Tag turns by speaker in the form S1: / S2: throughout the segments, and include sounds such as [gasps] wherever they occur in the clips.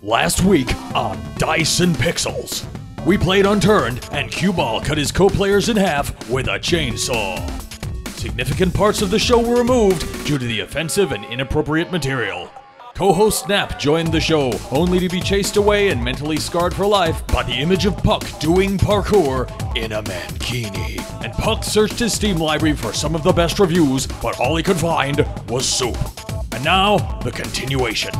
S1: Last week on Dyson Pixels, we played Unturned and Cue Ball cut his co players in half with a chainsaw. Significant parts of the show were removed due to the offensive and inappropriate material. Co host Snap joined the show, only to be chased away and mentally scarred for life by the image of Puck doing parkour in a mankini. And Puck searched his Steam library for some of the best reviews, but all he could find was soup. And now, the continuation.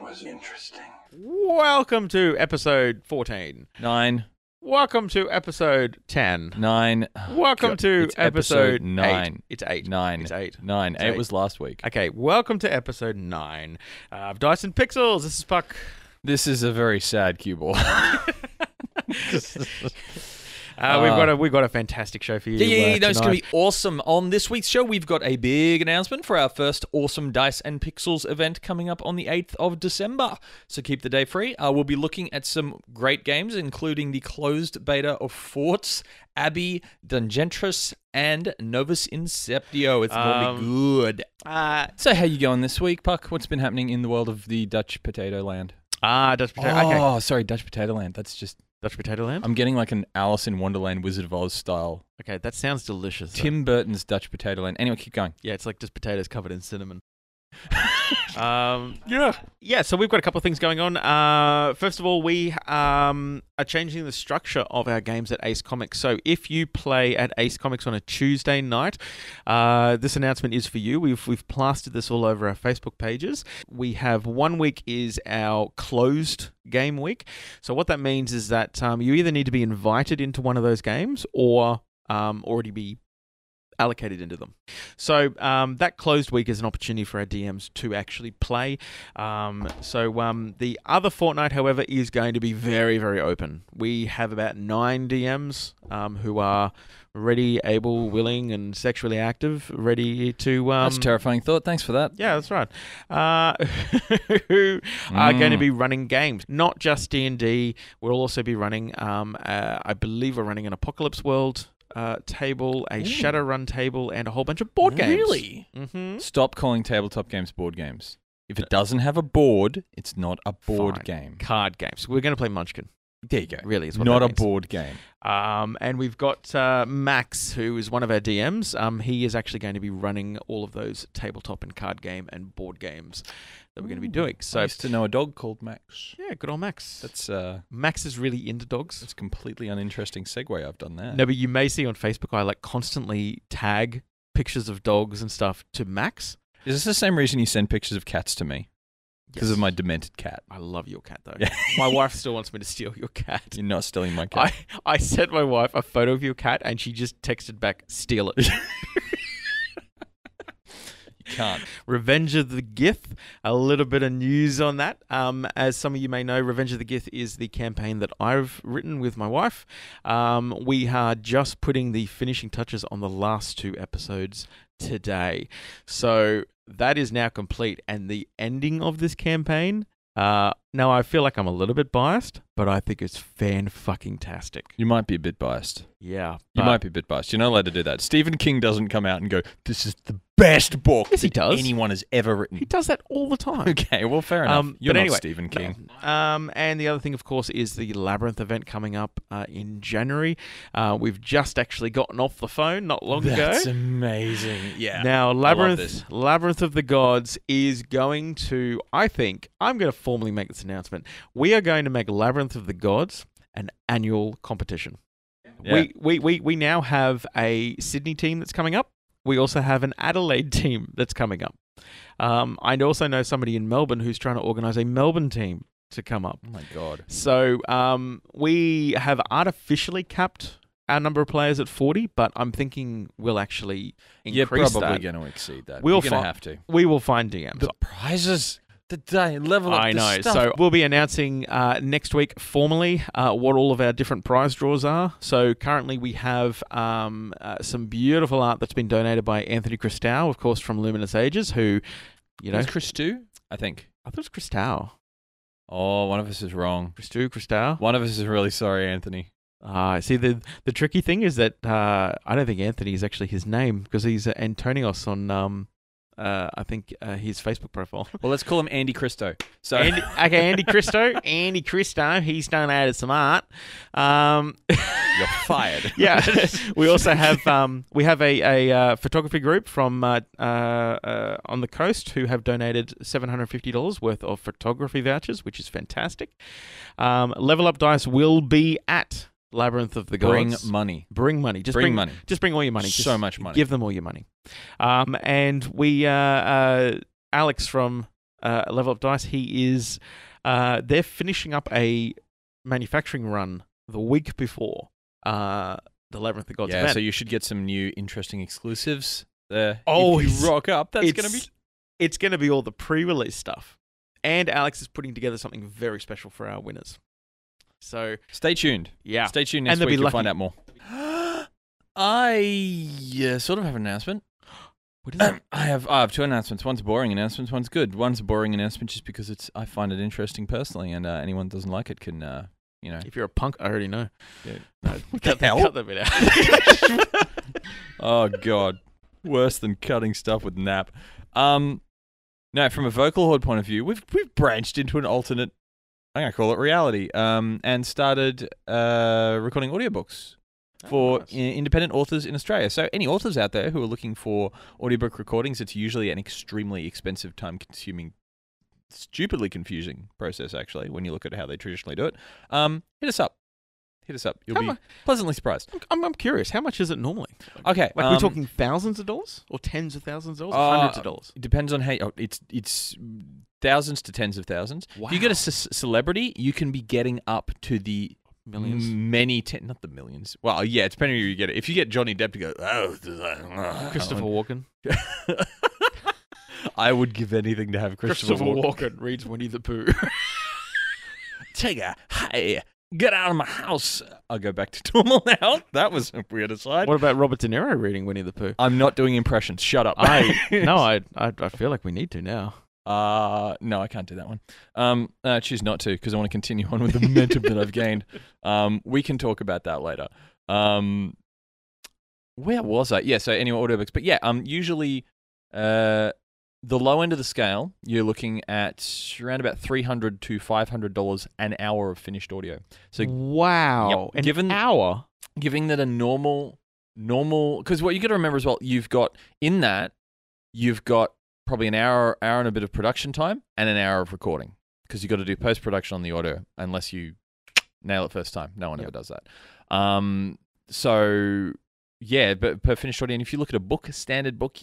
S2: was interesting.
S3: Welcome to episode 14.
S4: Nine,
S3: Welcome to episode 10.
S4: nine.
S3: Welcome
S4: God,
S3: to
S4: it's episode
S3: episode
S4: nine.
S3: eight. It's eight.
S4: Nine.
S3: It's eight.
S4: Nine.
S3: It's
S4: eight,
S3: eight.
S4: was last week.
S3: Okay, welcome to episode 9 of Dyson Pixels. This is Puck.
S4: This is a very sad cue ball.
S3: Uh, we've got a we've got a fantastic show for you.
S4: Ah. Yeah, yeah, yeah.
S3: uh,
S4: No, it's going
S3: tonight.
S4: to be awesome. On this week's show, we've got a big announcement for our first awesome Dice and Pixels event coming up on the 8th of December. So keep the day free. Uh, we'll be looking at some great games, including the closed beta of Forts, Abbey, Dungentress, and Novus Inceptio. It's going to be good.
S3: Um, Uh,
S4: So, how you going this week, Puck? What's been happening in the world of the Dutch potato land?
S3: ah, Dutch potato. Okay,
S4: Oh, sorry, Dutch potato land. That's just.
S3: Dutch potato lamb.
S4: I'm getting like an Alice in Wonderland, Wizard of Oz style.
S3: Okay, that sounds delicious. though.
S4: Tim Burton's Dutch potato land. Anyway, keep going.
S3: Yeah, it's like just potatoes covered in cinnamon. um, yeah, yeah. So we've got a couple of things going on. Uh, first of all, we um, are changing the structure of our games at Ace Comics. So if you play at Ace Comics on a Tuesday night, uh, this announcement is for you. We've we've plastered this all over our Facebook pages. We have one week is our closed game week. So what that means is that um, you either need to be invited into one of those games or um, already be allocated into them. So um, that closed week is an opportunity for our DMs to actually play. Um, so um, the other fortnight, however, is going to be very, very open. We have about nine DMs um, who are ready, able, willing, and sexually active, ready to. Um,
S4: That's a terrifying thought. Thanks for that.
S3: yeah, that's right. Uh, [laughs] who are
S4: Mm.
S3: going to be running games, not just D and D. We'll also be running. Um, uh, I believe we're running an Apocalypse World uh, table, a Shadowrun table, and a whole bunch of board games.
S4: Really?
S3: Mm-hmm.
S4: Stop calling tabletop games board games. If
S3: Uh,
S4: it doesn't have a board, it's not a
S3: [laughs]
S4: board game.
S3: Card games. We're going to play Munchkin.
S4: There you go.
S3: Really is what
S4: not
S3: that
S4: a
S3: means.
S4: board game.
S3: Um, and we've got uh, Max, who is one of our DMs. Um, he is actually going to be running all of those tabletop and card game and board games that we're going to be doing.
S4: I
S3: So,
S4: used to know a dog called Max.
S3: yeah, good old Max.
S4: That's uh,
S3: Max is really into dogs.
S4: that's a completely uninteresting segue. I've done that.
S3: No, but you may see on Facebook I like constantly tag pictures of dogs and stuff to Max.
S4: Is this the same reason you send pictures of cats to me? Because of
S3: Yes.
S4: my demented cat.
S3: I love your cat though.
S4: Yeah.
S3: my wife still wants me to steal your
S4: [laughs]
S3: cat.
S4: You're not stealing my cat.
S3: I, I sent my wife a photo of your cat and she just texted back, steal
S4: [laughs]
S3: it.
S4: you can't.
S3: Revenge of the Gith. A little bit of news on that. Um, as some of you may know, Revenge of the Gith is the campaign that I've written with my wife. Um, we are just putting the finishing touches on the last two episodes today. So that is now complete. And the ending of this campaign. Uh, now I feel like I'm a little bit biased, but I think it's fan fucking tastic.
S4: You might be a bit biased.
S3: Yeah,
S4: You
S3: but-
S4: might be a bit biased. You're not allowed to do that. Stephen King doesn't come out and go, "This is the best book
S3: Yes, he
S4: that
S3: does.
S4: anyone has ever
S3: He
S4: written."
S3: does that all the time.
S4: [laughs] Okay, well, fair enough.
S3: Um,
S4: You're
S3: but
S4: not
S3: anyway,
S4: Stephen King.
S3: Um, and the other thing, of course, is the Labyrinth event coming up uh, in January. Uh, we've just actually gotten off the phone not long
S4: That's
S3: ago.
S4: amazing. Yeah.
S3: Now, Labyrinth,
S4: this.
S3: Labyrinth of the Gods is going to, I think, I'm going to formally make this announcement. We are going to make Labyrinth of the Gods an annual competition.
S4: Yeah.
S3: We, we, we, we now have a Sydney team that's coming up. We also have an Adelaide [laughs] team that's coming up. Um, I also know somebody in Melbourne who's trying to organise a Melbourne team to come up.
S4: oh my god.
S3: So um, we have artificially capped our number of players at 40, but I'm thinking we'll actually
S4: You're
S3: increase
S4: probably
S3: that.
S4: going to exceed that.
S3: We'll
S4: You're going
S3: fi-
S4: to have to.
S3: We will find DMs.
S4: The prizes, the day level up.
S3: I
S4: the
S3: know.
S4: Stuff.
S3: So we'll be announcing uh, next week formally uh, what all of our different prize draws are. So currently we have um, uh, some beautiful art that's been donated by Anthony Christou, of course, from Luminous Ages, who, you know,
S4: Is Chris Stu? I think.
S3: I thought it was Christou.
S4: Oh, one of us is wrong.
S3: Christou, Christelle.
S4: One of us is really sorry, Anthony.
S3: Ah, see the the tricky thing is that uh, I don't think Anthony is actually his name because he's uh, Antonios on um, uh, I think uh, his Facebook
S4: [laughs]
S3: profile.
S4: Well, let's call him Andy Christo. So
S3: Andy, okay, Andy Christo, Andy Christo, he's done out of some art. Um,
S4: [laughs] you're [laughs] fired.
S3: yeah, we also have um, we have a, a uh, photography group from uh, uh, uh, on the coast who have donated seven hundred fifty dollars worth of photography vouchers, which is fantastic. Um, Level Up Dice will be at Labyrinth of the
S4: Bring
S3: Gods.
S4: money.
S3: Bring money. Just
S4: Bring
S3: bring,
S4: money.
S3: Just bring all your money.
S4: So
S3: Just
S4: much money.
S3: Give them all your money. Um, and we, uh, uh, Alex from uh, Level Up Dice, he is. Uh, they're finishing up a manufacturing run the week before uh, the Labyrinth of Gods
S4: yeah,
S3: event.
S4: so you should get some new interesting exclusives there.
S3: Oh,
S4: if
S3: he's-
S4: you rock up. That's
S3: it's
S4: gonna be
S3: it's gonna be all the pre-release stuff, and Alex is putting together something very special for our winners. So
S4: Stay tuned.
S3: yeah,
S4: Stay tuned
S3: And
S4: next
S3: they'll
S4: week.
S3: be
S4: You'll find
S3: lucky.
S4: out more. [gasps] I uh, sort of have an announcement.
S3: what is it?
S4: [clears throat] I have I have two announcements. One's a boring announcement. One's good. One's a boring announcement just because it's I find it interesting personally, and uh, anyone that doesn't like it can uh, you know.
S3: If you're a punk, I already know.
S4: Yeah. [laughs]
S3: No, cut,
S4: hell?
S3: that, cut that bit out. [laughs]
S4: Oh god, worse than cutting stuff with nap. Um, no, from a vocal horde point of view, we've we've branched into an alternate. I'm gonna call it reality. Um, and started uh recording audiobooks. for i- independent authors in Australia. So, any authors out there who are looking for audiobook recordings, it's usually an extremely expensive, time consuming, stupidly confusing process, actually, when you look at how they traditionally do it. Um, hit us up. Hit us up. You'll
S3: Come
S4: be
S3: on.
S4: pleasantly surprised.
S3: I'm, I'm curious. How much is it normally?
S4: Okay.
S3: Like
S4: um,
S3: we're talking thousands of dollars, or tens of thousands of dollars,
S4: Uh,
S3: or hundreds of dollars.
S4: It depends on how oh, it's it's thousands to tens of thousands. If you get a
S3: Wow.
S4: ce- celebrity, you can be getting up to the mm,
S3: Millions.
S4: many ten, not the millions. Well, yeah, it's depending on who you get it. If you get Johnny Depp to go, oh,
S3: Christopher Walken.
S4: [laughs] I would give anything to have Christopher, Walken.
S3: Walken reads Winnie the
S4: [laughs]
S3: Pooh.
S4: Tigger, hey, get out of my house. I'll go back to [laughs] normal now. That was a weird aside.
S3: what about Robert De Niro reading Winnie the
S4: [laughs]
S3: Pooh?
S4: I'm not doing impressions. Shut up.
S3: I
S4: [laughs]
S3: no, I, I I feel like we need to now.
S4: Uh, no, I can't do that one. Um, uh, choose not to because I want to continue on with the momentum that I've gained. Um, we can talk about that later. Um, where was I? Yeah, so anyway, audiobooks. But yeah, um, usually, uh, the low end of the scale, you're looking at around about three hundred to five hundred dollars an hour of finished audio. So
S3: Wow,
S4: Yep. Given-
S3: hour.
S4: giving that a normal normal because what you got to remember as well you've got in that you've got probably an hour hour and a bit of production time and an hour of recording because you've got to do post production on the audio unless you nail it first time no one ever does that um so yeah but per finished audio and if you look at a book a standard book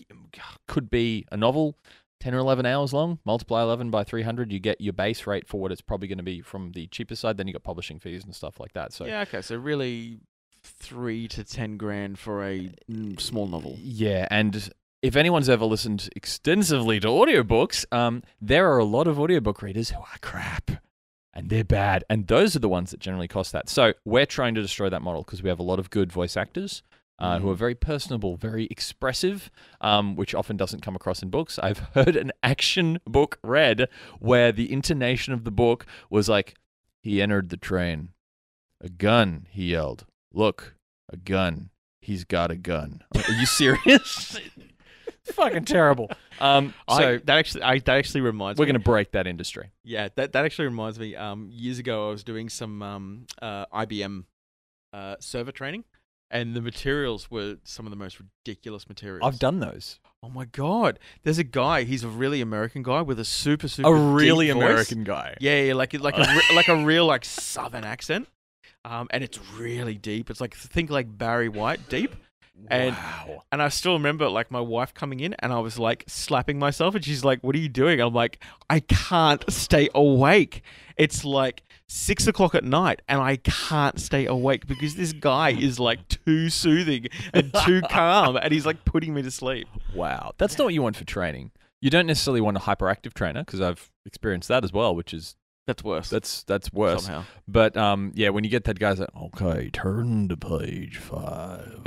S4: could be a novel 10 or 11 hours long multiply 11 by 300 you get your base rate for what it's probably going to be from the cheaper side then you got publishing fees and stuff like that so
S3: Yeah, okay, so really three to ten grand for a mm, small novel.
S4: Yeah, and if anyone's ever listened extensively to audiobooks, um, there are a lot of audiobook readers who are crap and they're bad. And those are the ones that generally cost that. So we're trying to destroy that model because we have a lot of good voice actors. Uh, Who
S3: Mhm.
S4: are very personable, very expressive, um, which often doesn't come across in books. I've [laughs] heard an action book read where the intonation of the book was like, he entered the train. A gun, he yelled. Look, a gun. He's got a gun. Are you serious? [laughs] Fucking terrible. Um,
S3: I,
S4: so
S3: that actually, I, that actually reminds
S4: we're
S3: me.
S4: going to break that industry.
S3: Yeah, that that actually reminds me. Um, years ago, I was doing some um, uh, IBM uh, server training, and the materials were some of the most ridiculous materials.
S4: I've done those.
S3: Oh my god! There's a guy. He's a really American guy with a super super
S4: A
S3: deep
S4: really
S3: voice.
S4: American guy.
S3: Yeah, yeah, like like a re- like a real like Southern accent, um, and it's really deep. It's like think like Barry White deep. And-
S4: wow.
S3: And I still remember like my wife coming in and I was like slapping myself and she's like, What are you doing? I'm like, I can't stay awake. It's like six o'clock at night and I can't stay awake because this guy is like too soothing and
S4: [laughs]
S3: too calm and he's like putting me to sleep.
S4: Wow. That's not what you want for training. You don't necessarily want a hyperactive trainer because I've experienced that as well, which is
S3: That's worse.
S4: that's that's worse.
S3: somehow.
S4: But um, yeah, when you get that guy's like, okay, turn to
S3: [laughs]
S4: page five.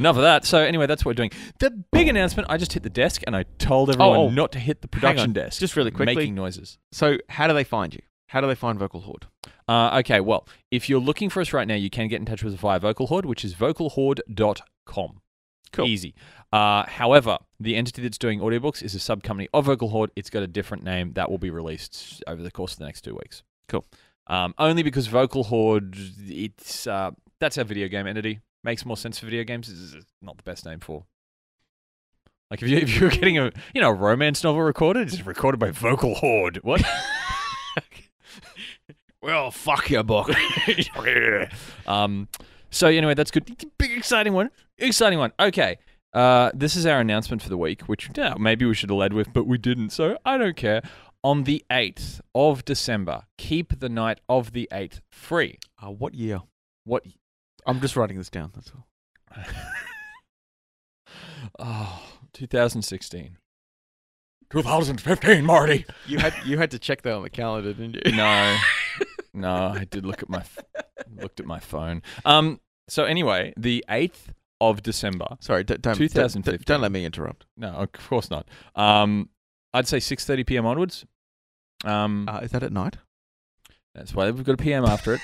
S4: Enough of that. So anyway, that's what we're doing. The big announcement. I just hit the desk and I told everyone
S3: oh.
S4: not to hit the
S3: Hang on,
S4: production desk.
S3: Just really quickly.
S4: making noises.
S3: So how do they find you? How do they find Vocal Horde? [laughs]
S4: Uh, okay, well, if you're looking for us right now, you can get in touch with us via Vocal Horde, which is vocalhorde.com.
S3: Cool.
S4: Easy. Uh, however, the entity that's doing audiobooks is a sub company of Vocal Horde. It's got a different name that will be released over the course of the next two weeks.
S3: Cool.
S4: Um, only because Vocal Horde, it's uh, that's our video game entity. Makes more sense for video games. It's it's not the best name for. Like if you if you're [laughs] getting a you know a romance novel recorded, it's recorded by Vocal Horde. What?
S3: Well, fuck your book.
S4: Um, so anyway, that's good. Big exciting one. Exciting one. Okay. Uh, this is our announcement for the week, which yeah, maybe we should have led with, but we didn't. So I don't care. On the 8th of December, keep the night of the 8th free.
S3: uh, what year?
S4: What?
S3: I'm just writing this down. That's all.
S4: Oh, 2016.
S1: 2015, Marty.
S3: You had you had to check that on the calendar, didn't you?
S4: No, no, I did look at my f- looked at my phone. Um. So anyway, the 8th of December.
S3: [laughs] Sorry, d- don't,
S4: 2015.
S3: Don't, don't let me interrupt.
S4: No, of course not. Um, I'd say 6:30 p.m. onwards. Um,
S3: Uh, is that at night?
S4: That's why we've got a PM after it.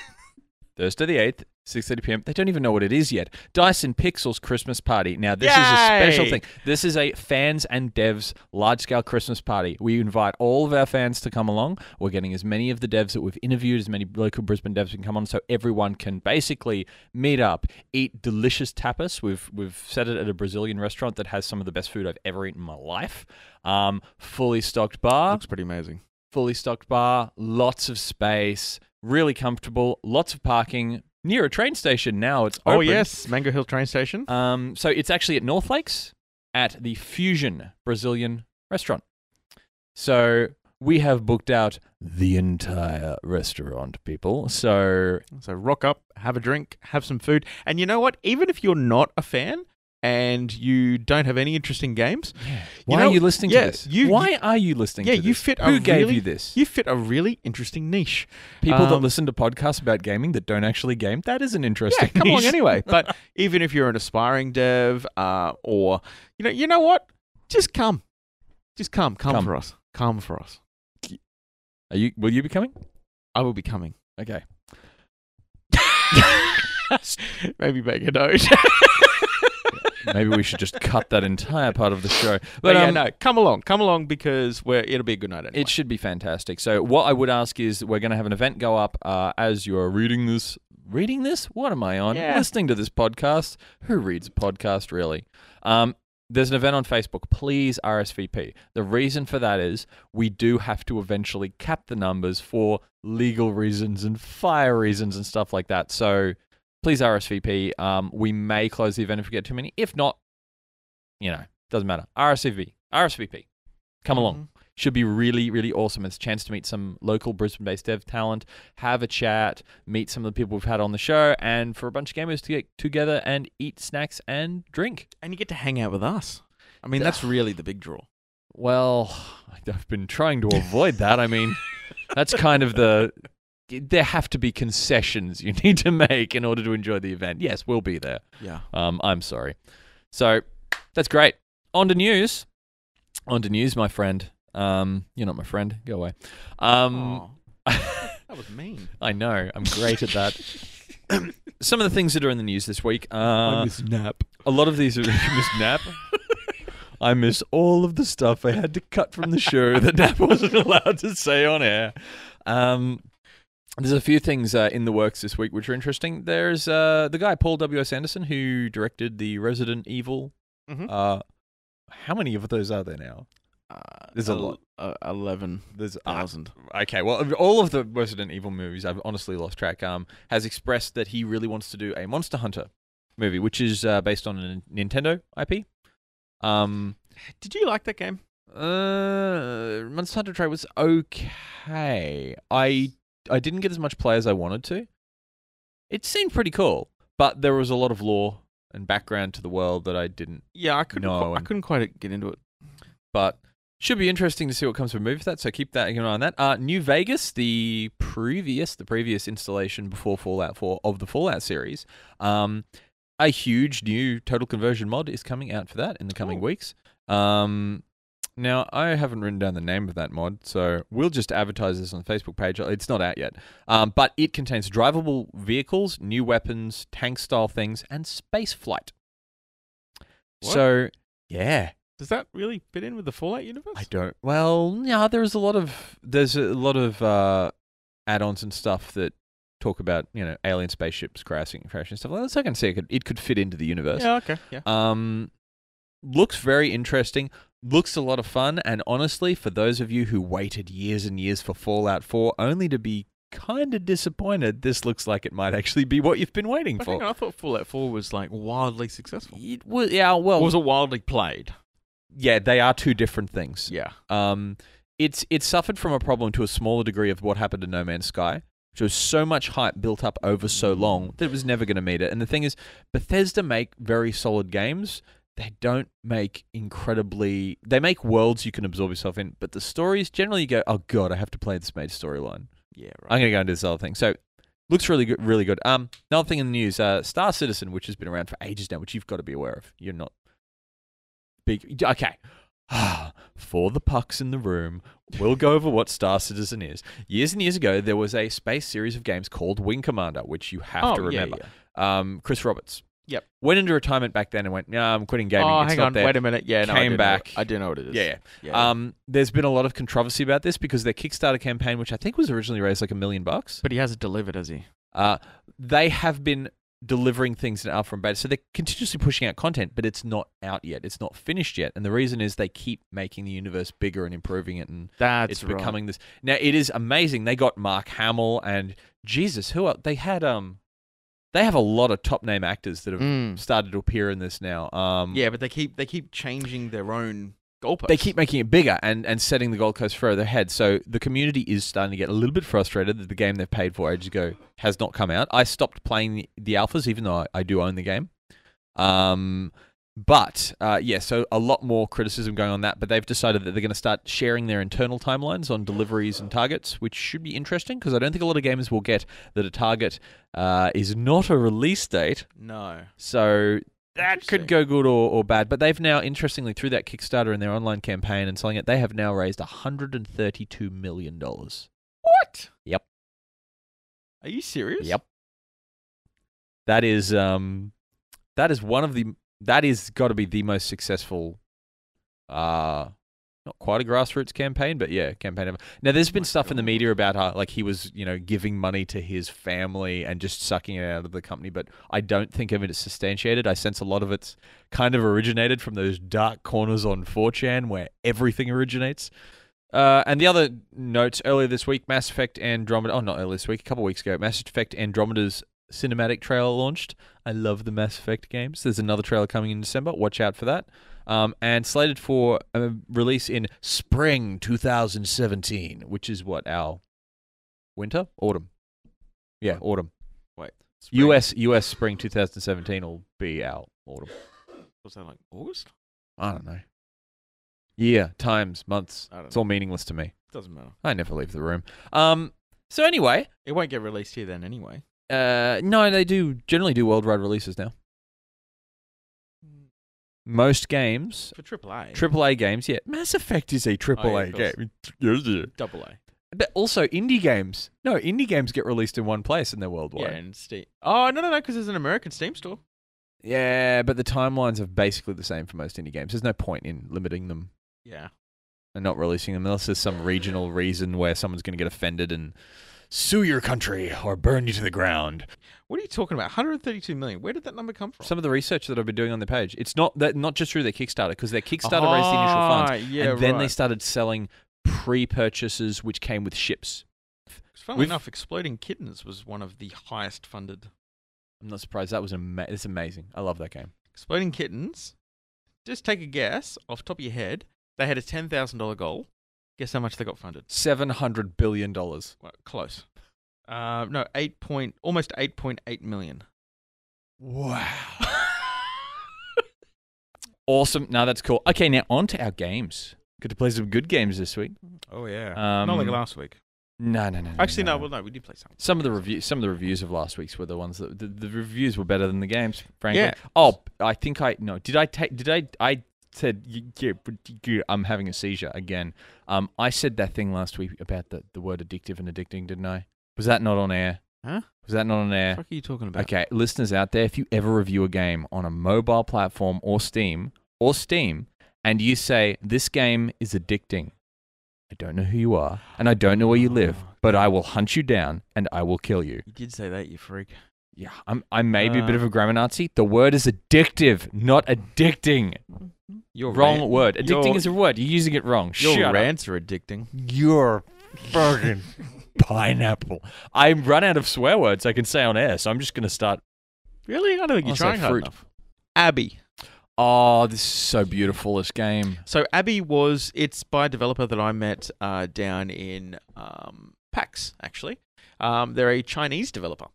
S4: Thursday the 8th, 6:30 p.m. They don't even know what it is yet. Dyson Pixels Christmas Party. Now this is a special
S3: Yay!
S4: thing. This is a fans and devs large-scale Christmas party. We invite all of our fans to come along. We're getting as many of the devs that we've interviewed, as many local Brisbane devs can come on so everyone can basically meet up, eat delicious tapas. We've we've set it at a Brazilian restaurant that has some of the best food I've ever eaten in my life. Um, fully stocked bar
S3: Looks pretty amazing.
S4: fully stocked bar, lots of space, really comfortable, lots of parking near a train station. Now it's
S3: Oh
S4: open.
S3: yes, Mango Hill train station.
S4: Um, so it's actually at North Lakes at the Fusion Brazilian restaurant. So we have booked out the entire restaurant, people. So
S3: So rock up, have a drink, have some food, and you know what? Even if you're not a fan and you don't have any interest in games,
S4: why
S3: know,
S4: are you listening
S3: yeah,
S4: to this?
S3: you-
S4: why are you listening
S3: yeah,
S4: to this?
S3: you fit.
S4: Who
S3: a
S4: gave
S3: really-
S4: you this?
S3: You fit a really interesting niche.
S4: People that
S3: um,
S4: listen to podcasts about gaming that don't actually game, that isn't
S3: Yeah,
S4: interesting.
S3: come along anyway.
S4: [laughs]
S3: But even if you're an aspiring dev, uh, or you know, you know what? Just come, just come, come,
S4: Come.
S3: for us, come for us.
S4: Are you will you be coming?
S3: I will be coming.
S4: [laughs] Okay.
S3: Maybe make a [laughs] note.
S4: Maybe we should just cut that entire part of the show. But,
S3: But yeah,
S4: um,
S3: no, come along, come along because we're it'll be a good night. Anyway.
S4: It should be fantastic. So what I would ask is we're going to have an event go up uh, as you're reading this. Reading this? What am I on?
S3: Yeah.
S4: Listening to this podcast? Who reads a podcast really? Um, there's an event on Facebook. Please RSVP. The reason for that is we do have to eventually cap the numbers for legal reasons and fire reasons and stuff like that. So please RSVP. Um, we may close the event if we get too many. If not, you know, doesn't matter. RSVP. RSVP. Come
S3: Mm-hmm.
S4: along should be really, really awesome. It's a chance to meet some local Brisbane based dev talent, have a chat, meet some of the people we've had on the show, and for a bunch of gamers to get together and eat snacks and drink.
S3: and you get to hang out with us. I mean, that's really the big draw.
S4: Well, I've been trying to avoid that. I mean, that's kind of the. There have to be concessions you need to make in order to enjoy the event. Yes, we'll be there.
S3: Yeah.
S4: Um, I'm sorry. So that's great. On to news. On to news, my friend. Um, you're not my friend. Go away. Um,
S3: [laughs]
S4: [laughs]
S3: that was mean.
S4: I know. I'm great at that. Some of the things that are in the news this week. Uh,
S3: miss nap.
S4: a lot of these are [laughs] Miss Nap. I miss all of the stuff I had to cut from the show that Nap wasn't allowed to say on air. Um, there's a few things uh, in the works this week which are interesting. There's uh, the guy Paul W S Anderson who directed the Resident Evil.
S3: Mhm.
S4: Uh, how many of those are there now?
S3: Uh,
S4: There's a lot.
S3: Uh, Eleven
S4: There's
S3: thousand.
S4: Okay, well, of all of the Resident Evil movies, I've honestly lost track. Um, has expressed that he really wants to do a Monster Hunter movie, which is uh, based on a N- Nintendo IP. Um,
S3: Did you like that game?
S4: uh, Monster Hunter Trade was okay. I I didn't get as much play as I wanted to. It seemed pretty cool, but there was a lot of lore and background to the world that I didn't.
S3: Yeah, I couldn't.
S4: No,
S3: qu- I
S4: and-
S3: couldn't quite get into it.
S4: But should be interesting to see what comes from a movie for that. So keep that an eye on that. Uh, New Vegas, the previous the previous installation before Fallout 4 of the Fallout series, um, a huge new total conversion mod is coming out for that in the coming
S3: Cool.
S4: weeks. Um, Now, I haven't written down the name of that mod, so we'll just advertise this on the Facebook page. It's not out yet. Um, but it contains drivable vehicles, new weapons, tank style things, and space flight.
S3: What?
S4: So, yeah.
S3: Does that really fit in with the Fallout universe?
S4: I don't. Well, yeah, there is a lot of there's a lot of uh, add-ons and stuff that talk about you know alien spaceships crashing, crashing and stuff like that. So I can see it could, it could fit into the universe.
S3: Yeah, okay. Yeah.
S4: Um, looks very interesting. Looks a lot of fun. And honestly, for those of you who waited years and years for Fallout 4, only to be kind of disappointed, this looks like it might actually be what you've been waiting
S3: I, think,
S4: for.
S3: I thought Fallout 4 was like wildly successful.
S4: It was, yeah, well,
S3: Or was it wildly played?
S4: yeah, they are two different things.
S3: Yeah.
S4: Um, it's it suffered from a problem to a smaller degree of what happened to No Man's Sky, which was so much hype built up over so long that it was never going to meet it. And the thing is, Bethesda make very solid games. They don't make incredibly. They make worlds you can absorb yourself in, but the stories generally you go, oh god, I have to play this made storyline.
S3: Yeah, right.
S4: I'm going to go and do this other thing. So. Looks really good, really good. Um, another thing in the news, uh, Star Citizen, which has been around for ages now, which you've got to be aware of. You're not big. Okay, [sighs] Ah, for the pucks in the room, we'll go over what Star Citizen is. Years and years ago, there was a space series of games called Wing Commander, which you have
S3: oh,
S4: to
S3: yeah,
S4: remember.
S3: yeah.
S4: Um, Chris Roberts.
S3: Yep.
S4: Went into retirement back then and went, no, I'm quitting gaming.
S3: Oh,
S4: it's
S3: hang
S4: not
S3: on.
S4: there."
S3: Wait a minute. Yeah, no, I
S4: Came
S3: do know-
S4: back.
S3: I do know what it is.
S4: Yeah, yeah.
S3: yeah.
S4: Um, there's been a lot of controversy about this because their Kickstarter campaign, which I think was originally raised like a million bucks,
S3: but he hasn't delivered, has he?
S4: uh, they have been delivering things in alpha and beta. So they're continuously pushing out content, but it's not out yet. It's not finished yet. And the reason is they keep making the universe bigger and improving it and
S3: That's
S4: it's becoming this now it is amazing they got mark hamill and jesus who else they had um they have a lot of top name actors that have started to appear in this now um
S3: Mm. Yeah, but they keep they keep changing their own goalposts.
S4: they keep making it bigger and, and setting the Gold Coast further ahead. So the community is starting to get a little bit frustrated that the game they've paid for ages ago has not come out. I stopped playing the, the alphas, even though I, I do own the game. Um, but uh, yeah, so a lot more criticism going on that. But they've decided that they're going to start sharing their internal timelines on deliveries and targets, which should be interesting because I don't think a lot of gamers will get that a target uh, is not a release date.
S3: No.
S4: So that
S3: Interesting.
S4: could go good or, or bad. But they've now, interestingly, through that Kickstarter and their online campaign and selling it, they have now raised $132 million.
S3: What?
S4: Yep.
S3: Are you serious?
S4: Yep. That is um that is one of the that is gotta be the most successful uh not quite a grassroots campaign, but yeah, campaign ever. Now there's been
S3: my
S4: stuff in the
S3: God.
S4: media about uh, like he was, you know, giving money to his family and just sucking it out of the company, but I don't think of it as substantiated. I sense a lot of it's kind of originated from those dark corners on 4chan where everything originates. Uh, and the other notes earlier this week, Mass Effect Andromeda. Oh, not earlier this week, a couple weeks ago, Mass Effect Andromeda's cinematic trailer launched. I love the Mass Effect games. There's another trailer coming in December. Watch out for that. Um, and slated for a release in spring 2017, which is what our winter, autumn. Yeah, autumn.
S3: Wait. spring-
S4: US US spring 2017 will be our autumn.
S3: Was that like August?
S4: I don't know. Year, times, months.
S3: I don't
S4: It's all meaningless to me.
S3: Doesn't matter.
S4: I never leave the room. Um. So anyway,
S3: It won't get released here then anyway.
S4: uh, no, they do generally do worldwide releases now. Most games,
S3: For AAA.
S4: AAA games, yeah. Mass Effect is a AAA
S3: Oh, yeah, of course.
S4: game. Yes, yeah.
S3: Double A.
S4: But also indie games. No, indie games get released in one place and they're
S3: Yeah,
S4: worldwide.
S3: and Steam. Oh, no, no, no, because there's an American Steam store.
S4: Yeah. but the timelines are basically the same for most indie games. There's no point in limiting them
S3: Yeah.
S4: and not releasing them unless there's some regional reason where someone's going to get offended and sue your country or burn you to the ground.
S3: What are you talking about? 132 million. Where did that number come from?
S4: some of the research that I've been doing on their page. It's not that not just through their Kickstarter because their Kickstarter raised the initial funds,
S3: Ah, yeah,
S4: and then they
S3: right.
S4: started selling pre-purchases which came with ships.
S3: Funnily
S4: We've-
S3: enough, Exploding Kittens was one of the highest funded.
S4: I'm not surprised. That was ama- it's amazing. I love that game.
S3: Exploding Kittens. Just take a guess off the top of your head. They had a ten thousand dollar goal. Guess how much they got funded?
S4: Seven hundred billion dollars.
S3: Well, close. Uh, no, eight point, almost eight point eight million. [laughs]
S4: Wow. awesome. Now that's cool. Okay, now on to our games. Good to play some good games this week.
S3: Oh
S4: Not Um, like
S3: last week.
S4: No, no, no. no,
S3: Actually, no.
S4: no.
S3: Well, no, we did play something.
S4: Some of the review, some of the reviews of last week's were the ones that the, the reviews were better than the games. Frankly,
S3: Yeah.
S4: oh, I think I no. Did I take? Did I? I said, "You- you- you- I'm having a seizure again. Um, I said that thing last week about the, the word addictive and addicting, didn't I? Was that not on air?
S3: Huh?
S4: Was that not on air?
S3: fuck are you talking about?
S4: Okay, listeners out there, if you ever review a game on a mobile platform or Steam or Steam, and you say this game is addicting, I don't know who you are and I don't know where
S3: Ah,
S4: you live, but I will hunt you down and I will kill you.
S3: You did say that, you freak.
S4: Yeah, I'm, I may be a bit
S3: Uh.
S4: of a grammar Nazi. The word is addictive, not addicting.
S3: You're
S4: Wrong
S3: rant-
S4: word. Addicting
S3: Your-
S4: is a word. You're using it wrong.
S3: Your
S4: Shut up.
S3: rants are addicting.
S4: You're
S3: [laughs]
S4: fucking pineapple. I run out of swear words I can say on air, so I'm just going to start.
S3: Really? I don't think
S4: I'll
S3: you're
S4: say
S3: trying hard
S4: fruit.
S3: enough. Abby.
S4: Oh, this is so beautiful, this game.
S3: So Abby was it's by a developer that I met uh, down in um, PAX actually. Um, they're a Chinese developer.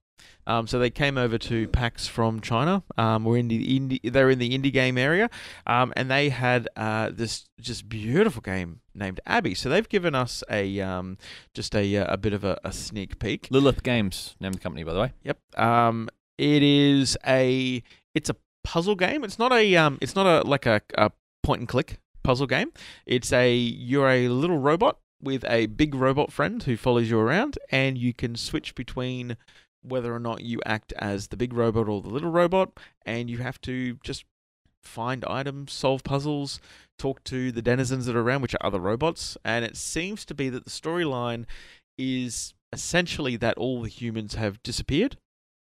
S3: Um, so they came over to PAX from China. Um, we're in the indie, they're in the indie game area, um, and they had uh, this just beautiful game named Abby. So they've given us a um, just a uh, a bit of a, a sneak peek.
S4: Lilith Games, name of the company, by the way.
S3: Yep. Um, it is a it's a puzzle game. It's not a um, it's not a like a, a point and click puzzle game. It's a you're a little robot with a big robot friend who follows you around, and you can switch between whether or not you act as the big robot or the little robot, and you have to just find items, solve puzzles, talk to the denizens that are around, which are other robots, and it seems to be that the storyline is essentially that all the humans have disappeared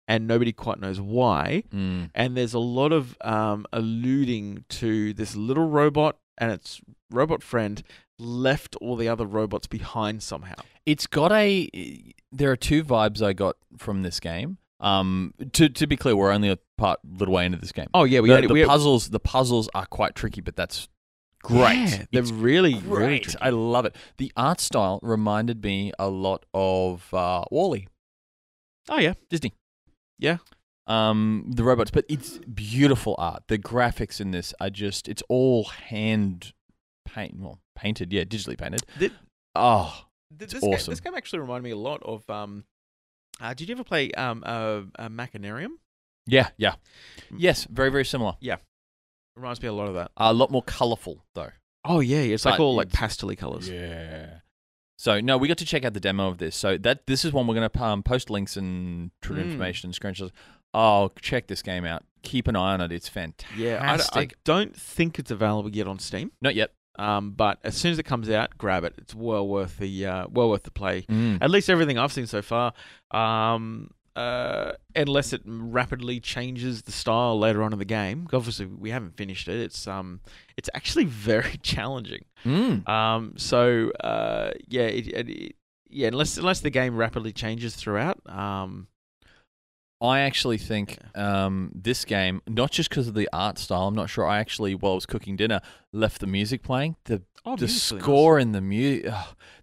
S3: and nobody quite knows why. And there's a lot of um, alluding to this little robot and its robot friend left all the other robots behind somehow.
S4: It's got a. There are two vibes I got from this game. Um, to to be clear, we're only a part little way into this game.
S3: Oh, yeah, we
S4: the,
S3: had-
S4: the
S3: we had-
S4: puzzles. The puzzles are quite tricky, but that's great.
S3: Yeah, they're
S4: It's
S3: really, really
S4: great.
S3: tricky.
S4: I love it. The art style reminded me a lot of uh, Wally,
S3: Oh, yeah.
S4: Disney.
S3: Yeah.
S4: Um, the robots, but it's beautiful art. The graphics in this are just. It's all hand paint, well, painted. Yeah, digitally painted.
S3: Th-
S4: oh,
S3: Th-
S4: It's
S3: this, game,
S4: awesome.
S3: this game actually reminded me a lot of. Um, uh, did you ever play um, uh, uh, Machinarium?
S4: yeah, yeah, yes, very very similar.
S3: Reminds me a lot of that.
S4: a lot more colourful though.
S3: Oh yeah, it's like
S4: But
S3: all like
S4: it's-
S3: pastel colours.
S4: Yeah. So no, we got to check out the demo of this. So that this is one we're going to um, post links and true
S3: Mm.
S4: information and screenshots. Oh, check this game out. Keep an eye on it. It's fantastic.
S3: Yeah, I d- I, don't think it's available yet on Steam.
S4: Not yet.
S3: Um, but as soon as it comes out, grab it. It's well worth the uh, well worth the play.
S4: Mm.
S3: At least everything I've seen so far. Um, uh, unless it rapidly changes the style later on in the game. Obviously, we haven't finished it. It's um, it's actually [laughs] very challenging.
S4: Mm.
S3: Um, so uh, yeah, it, it, it- yeah. Unless unless the game rapidly changes throughout. Um,
S4: I actually think um, this game, not just because of the art style, I'm not sure. I actually, while I was cooking dinner, left the music playing. The
S3: oh,
S4: the
S3: musically nice.
S4: score and the music.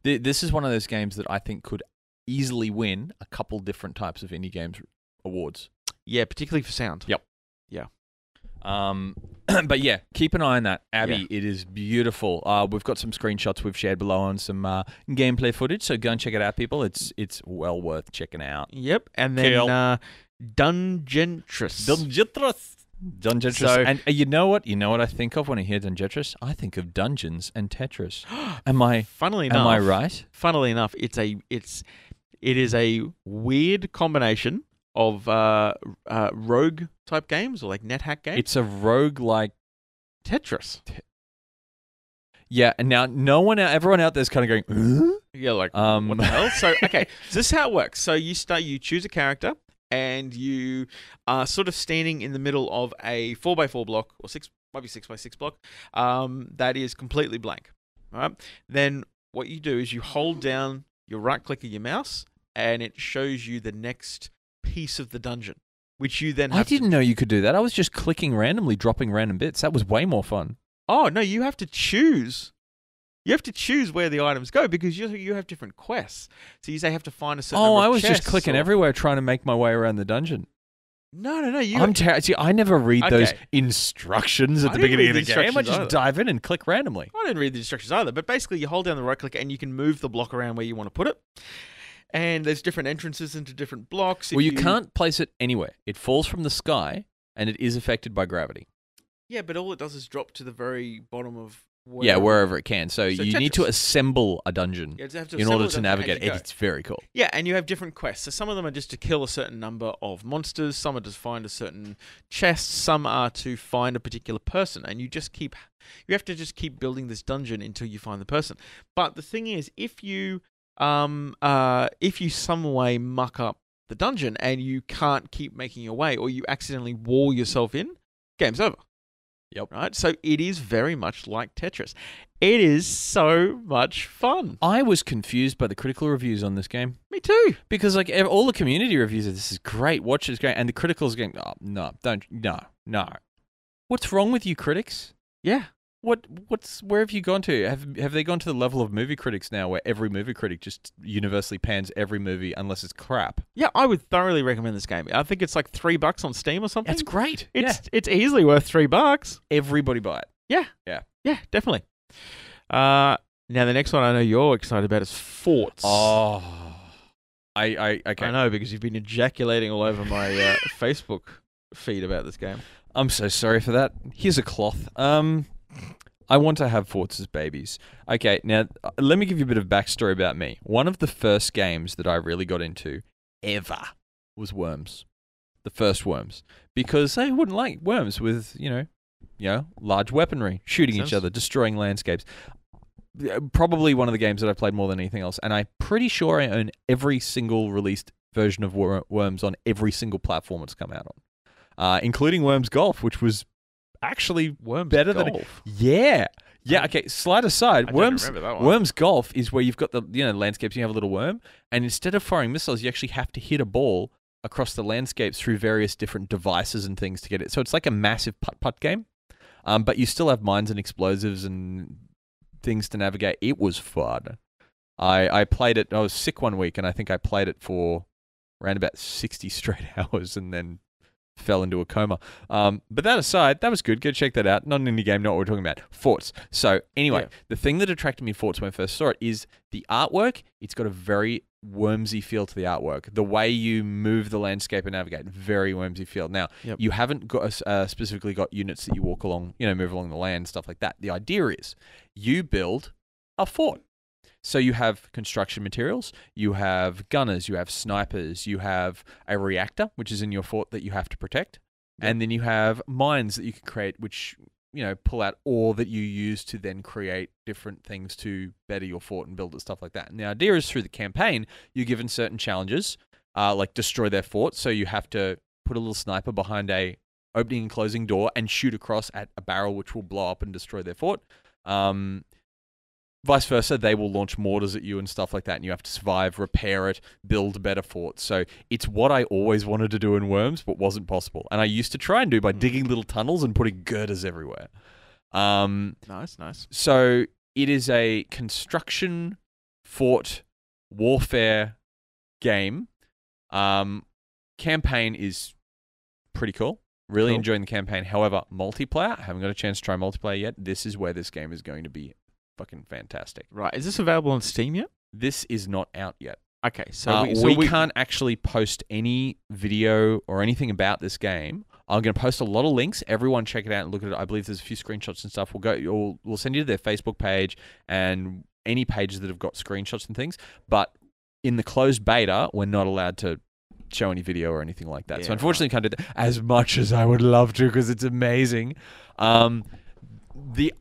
S4: This is one of those games that I think could easily win a couple different types of indie games awards.
S3: Yeah, particularly for sound.
S4: Yep. Um, [clears throat] but yeah, keep an eye on that, Abby. It is beautiful. Uh, we've got some screenshots we've shared below and some uh, gameplay footage. So go and check it out, people. It's it's well worth checking out.
S3: Yep, and then
S4: Kill.
S3: uh, Dungentress.
S4: Dungetrus. Dungetrus.
S3: So-
S4: and uh, you know what? You know what I think of when I hear Dungetrus? I think of dungeons and Tetris. Am
S3: [gasps]
S4: I
S3: [gasps] funnily enough,
S4: am I right?
S3: Funnily enough, it's a it's it is a weird combination of uh, uh, rogue type games or like NetHack games.
S4: It's a rogue like
S3: Tetris.
S4: yeah. And now no one, out- everyone out there's kind of going. "Huh?"
S3: Yeah, like
S4: Um,
S3: what the hell? So okay, so this is how it works. So you start, you choose a character, and you are sort of standing in the middle of a four by four block or six, maybe six by six block, um, that is completely blank. All right. Then what you do is you hold down your right click of your mouse, and it shows you the next piece of the dungeon, which you then
S4: [laughs] I
S3: have to-
S4: didn't know you could do that. I was just clicking randomly, dropping random bits. That was way more fun.
S3: Oh no, you have to choose. You have to choose where the items go because you you have different quests. So you say have to find a certain.
S4: Oh,
S3: number of
S4: I was just
S3: chests
S4: clicking
S3: or-
S4: everywhere trying to make my way around the dungeon.
S3: No, no, no. You
S4: I'm ter- See, I never read those
S3: Okay.
S4: instructions at
S3: I
S4: the
S3: didn't
S4: beginning
S3: read
S4: of the
S3: the
S4: game. I
S3: instructions
S4: just
S3: either.
S4: dive in and click randomly.
S3: I didn't read the instructions either, but basically you hold down the right click and you can move the block around where you want to put it. And there's different entrances into different blocks. If
S4: well, you, can't place it anywhere. It falls from the sky and it is affected by gravity.
S3: Yeah, but all it does is drop to the very bottom of where.
S4: Yeah, wherever it can. So,
S3: So
S4: you need to
S3: Tetris.
S4: assemble a dungeon
S3: Yeah, you have
S4: in
S3: assemble it
S4: order to
S3: as- as
S4: navigate.
S3: you go.
S4: It's very cool.
S3: Yeah, and you have different quests. So some of them are just to kill a certain number of monsters, some are to find a certain chest, some are to find a particular person, and you just keep you have to just keep building this dungeon until you find the person. But the thing is, if you um uh if you some way muck up the dungeon and you can't keep making your way or you accidentally wall yourself in, game's over.
S4: Yep.
S3: Right? So it is very much like Tetris. It is so much fun.
S4: I was confused by the critical reviews on this game
S3: Me too.
S4: because like ev- all the community reviews are this is great, watch this game, and the criticals are going, oh no, don't, no, no. What's wrong with you, critics?
S3: Yeah.
S4: What what's where have you gone to? Have have they gone to the level of movie critics now, where every movie critic just universally pans every movie unless it's crap?
S3: Yeah, I would thoroughly recommend this game. I think it's like three bucks on Steam or something.
S4: That's great.
S3: it's it's easily worth three bucks.
S4: yeah. everybody buy it.
S3: Yeah, definitely. Uh, now the next one I know you're excited about is Forts.
S4: Oh, I I okay.
S3: I know because you've been ejaculating all over my uh, [laughs] Facebook feed about this game.
S4: I'm so sorry for that. Here's a cloth. Um, I want to have forts as babies. Okay, now uh, let me give you a bit of backstory about me. One of the first games that I really got into ever was Worms, the first Worms, because they wouldn't like Worms with you know, you know, large weaponry, shooting
S3: Makes
S4: each
S3: sense.
S4: other, destroying landscapes. Uh, Probably one of the games that I've played more than anything else, and I'm pretty sure I own every single released version of Wor- Worms on every single platform it's come out on uh, including Worms Golf, which was actually
S3: Worms
S4: better
S3: golf.
S4: than yeah, yeah. Okay, slide aside,
S3: I don't
S4: Worms
S3: remember that one.
S4: Worms Golf is where you've got the you know landscapes. You have a little worm, and instead of firing missiles, you actually have to hit a ball across the landscapes through various different devices and things to get it. So it's like a massive putt putt game, um, but you still have mines and explosives and things to navigate. It was fun. I I played it. I was sick one week, and I think I played it for around about sixty [laughs] straight hours, and then fell into a coma. Um, but that aside, that was good. Go check that out. Not an indie game, not what we're talking about. Forts. So anyway,
S3: Yeah.
S4: the thing that attracted me to Forts when I first saw it is the artwork. It's got a very wormsy feel to the artwork. The way you move the landscape and navigate, very wormsy feel. Now,
S3: Yep.
S4: you haven't got uh, specifically got units that you walk along, you know, move along the land, stuff like that. The idea is you build a fort. So you have construction materials, you have gunners, you have snipers, you have a reactor, which is in your fort that you have to protect, and then you have mines that you can create, which you know pull out ore that you use to then create different things to better your fort and build it, stuff like that. And the idea is through the campaign, you're given certain challenges, uh, like destroy their fort. So you have to put a little sniper behind a opening and closing door and shoot across at a barrel, which will blow up and destroy their fort. Um, vice versa, they will launch mortars at you and stuff like that, and you have to survive, repair it, build better forts. So it's what I always wanted to do in Worms, but wasn't possible. And I used to try and do by digging little tunnels and putting girders everywhere. Um,
S3: [laughs] Nice, nice.
S4: so it is a construction fort warfare game. Um, campaign is pretty cool. Really
S3: Cool.
S4: enjoying the campaign. However, multiplayer, I haven't got a chance to try multiplayer yet. This is where this game is going to be fucking fantastic.
S3: Right, is this available on Steam yet?
S4: This is not out yet.
S3: Okay, so
S4: Uh,
S3: we, so
S4: we, can't actually post any video or anything about this game. I'm going to post a lot of links. Everyone, check it out and look at it. I believe there's a few screenshots and stuff. We'll go. We'll, we'll send you to their Facebook page and any pages that have got screenshots and things. But in the closed beta, we're not allowed to show any video or anything like that.
S3: Yeah,
S4: so unfortunately, can't do that. As much as I would love to, because it's amazing. Um, the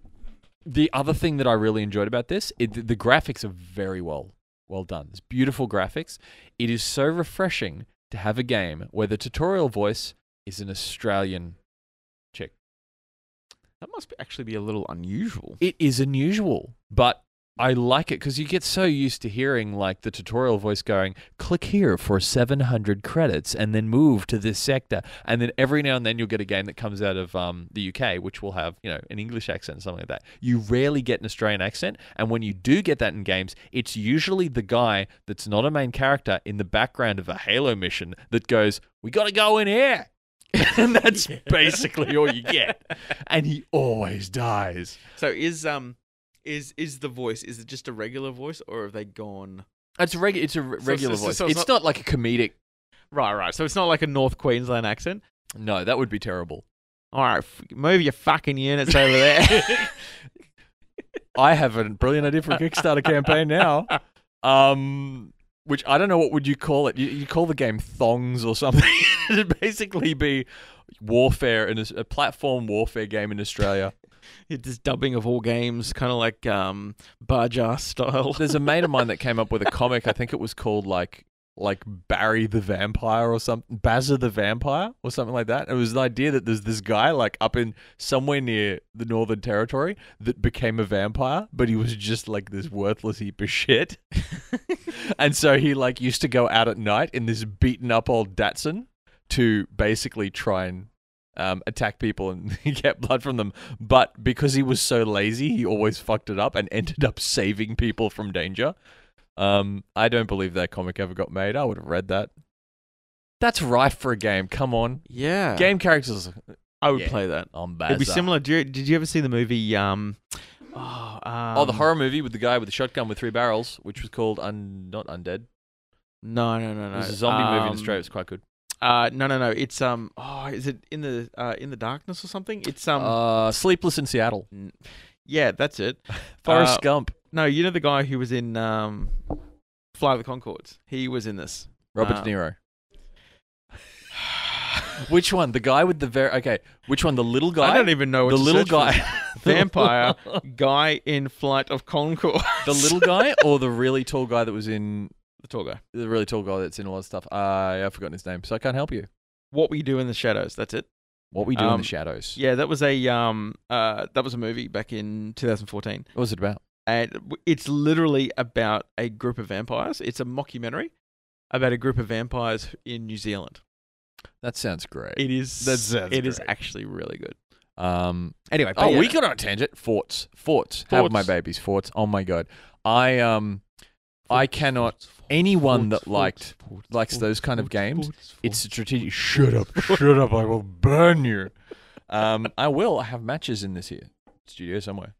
S4: the other thing that I really enjoyed about this, it, the- the graphics are very well well done. It's beautiful graphics. It is so refreshing to have a game where the tutorial voice is an Australian.
S3: That must be, actually be a little unusual.
S4: It is unusual, but I like it because you get so used to hearing like the tutorial voice going, "Click here for 700 credits and then move to this sector." And then every now and then you'll get a game that comes out of um, the UK which will have, you know, an English accent or something like that. You rarely get an Australian accent, and when you do get that in games, it's usually the guy that's not a main character in the background of a Halo mission that goes, "We got to go in here." [laughs] and that's basically all you get. And he always dies.
S3: So is um is is the voice is it just a regular voice or have they gone
S4: It's a regu- It's a re-
S3: So-
S4: regular
S3: so- so-
S4: voice.
S3: so
S4: it's
S3: it's
S4: not, like a comedic.
S3: Right, right. So it's not like a North Queensland accent.
S4: [laughs] No, that would be terrible.
S3: All right, f- move your fucking units over [laughs] there.
S4: I have a brilliant idea for a Kickstarter campaign now. Um, which I don't know what would you call it. You, you call the game thongs or something. [laughs] It'd basically be warfare in a, a platform warfare game in Australia.
S3: this dubbing of all games, kind of like um, Barjar style.
S4: [laughs] There's a mate of mine that came up with a comic. I think it was called like like Barry the Vampire or something, Bazza the Vampire or something like that. It was the idea that there's this guy like up in somewhere near the Northern Territory that became a vampire, but he was just like this worthless heap of shit. and so he like used to go out at night in this beaten up old Datsun to basically try and um, attack people and [laughs] get blood from them. But because he was so lazy, he always fucked it up and ended up saving people from danger. Um, I don't believe that comic ever got made. I would have read that. That's right for a game. Come on,
S3: [laughs] Yeah,
S4: game characters.
S3: I would
S4: yeah.
S3: play that.
S4: On bad.
S3: It'd be similar. Do you, did you ever see the movie? Um, oh, um,
S4: Oh, the horror movie with the guy with the shotgun with three barrels, which was called un- not undead.
S3: No, no, no,
S4: It
S3: no.
S4: was a zombie movie in
S3: Um,
S4: Australia. It's quite good.
S3: Uh, no, no, no. It's um. Oh, is it in the uh, in the darkness or something? It's um.
S4: uh, Sleepless in Seattle.
S3: n- yeah, that's it.
S4: Forrest
S3: uh,
S4: Gump.
S3: No, you know the guy who was in um, Fly of the Concords? He was in this. [sighs]
S4: Robert
S3: uh,
S4: De Niro. Which one? The guy with the very okay. Which one? The little guy.
S3: I don't even know what
S4: the
S3: to
S4: little
S3: search for.
S4: guy. [laughs]
S3: vampire guy in Flight of Concord.
S4: [laughs] the little guy, or the really tall guy that was in
S3: [laughs] the tall guy.
S4: the really tall guy that's in a lot of stuff. I I've forgotten his name, so I can't help you.
S3: What we do in the shadows. That's it.
S4: What we do in
S3: Um,
S4: the shadows.
S3: Yeah, that was a um. Uh, that was a movie back in 2014.
S4: What was it about?
S3: and w- it's literally about a group of vampires. It's a mockumentary about a group of vampires in New Zealand.
S4: That sounds great.
S3: It is
S4: That sounds
S3: it is
S4: great.
S3: actually really good.
S4: um.
S3: Anyway,
S4: Oh,
S3: but yeah,
S4: we got on a tangent. Forts. Forts. Have
S3: Forts.
S4: my babies. Forts. Oh my god. I um. I cannot. anyone that liked- likes those kind of games, It's strategic. Shut up. [laughs] Shut up. I will burn you. Um. I will. I have matches in this here studio somewhere.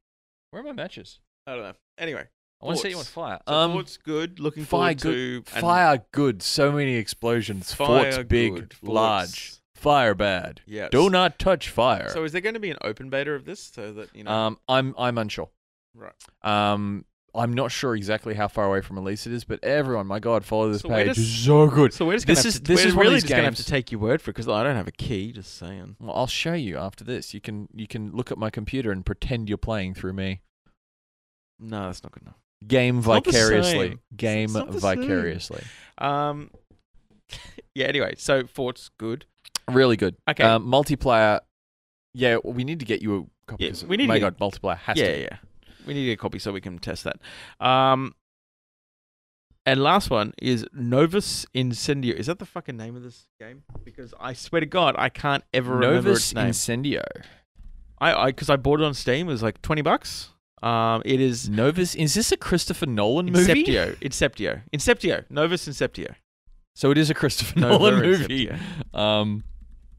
S4: Where are my matches?
S3: I don't know. Anyway,
S4: I want to set you on
S3: Forts.
S4: fire.
S3: so
S4: um.
S3: Fort's good. Looking
S4: fire
S3: forward to and
S4: Fire good. So many explosions. forts
S3: Fire
S4: big,
S3: good, Forts.
S4: large. Fire bad.
S3: Yes.
S4: Do not touch fire.
S3: So is there going to be an open beta of this so that you know?
S4: um, I'm I'm unsure.
S3: Right.
S4: Um, I'm not sure exactly how far away from release it is, but everyone, my God, follow this
S3: So we're
S4: page.
S3: just-
S4: It's so good.
S3: so we're just
S4: this
S3: gonna have
S4: is-
S3: to-
S4: this
S3: we're
S4: is one of
S3: really
S4: these
S3: just gonna have to
S4: games-
S3: take your word for it because I don't have a key. Just saying.
S4: Well, I'll show you after this. You can you can look at my computer and pretend you're playing through me.
S3: No, that's not good enough.
S4: Game
S3: not the
S4: vicariously.
S3: same.
S4: Game
S3: It's not the same.
S4: vicariously.
S3: Um. [laughs] yeah. Anyway, so Fort's good.
S4: Really good.
S3: Okay.
S4: Um, multiplayer. Yeah, we need to get you a copy.
S3: Yeah,
S4: 'cause
S3: we need to
S4: My
S3: get-
S4: God, multiplayer has
S3: yeah,
S4: to.
S3: yeah. We need to get a copy so we can test that. Um, and last one is Novus Incendio. Is that the fucking name of this game? Because I swear to God, I can't ever remember
S4: Novus
S3: its name.
S4: Incendio.
S3: I because I, bought it on Steam. It was like twenty bucks. Um, it is
S4: Novus. Is this a Christopher Nolan movie?
S3: Inceptio. Inceptio. Inceptio. Novus Inceptio.
S4: [laughs] So it is a Christopher
S3: Nova
S4: Nolan movie.
S3: Inceptio.
S4: Um,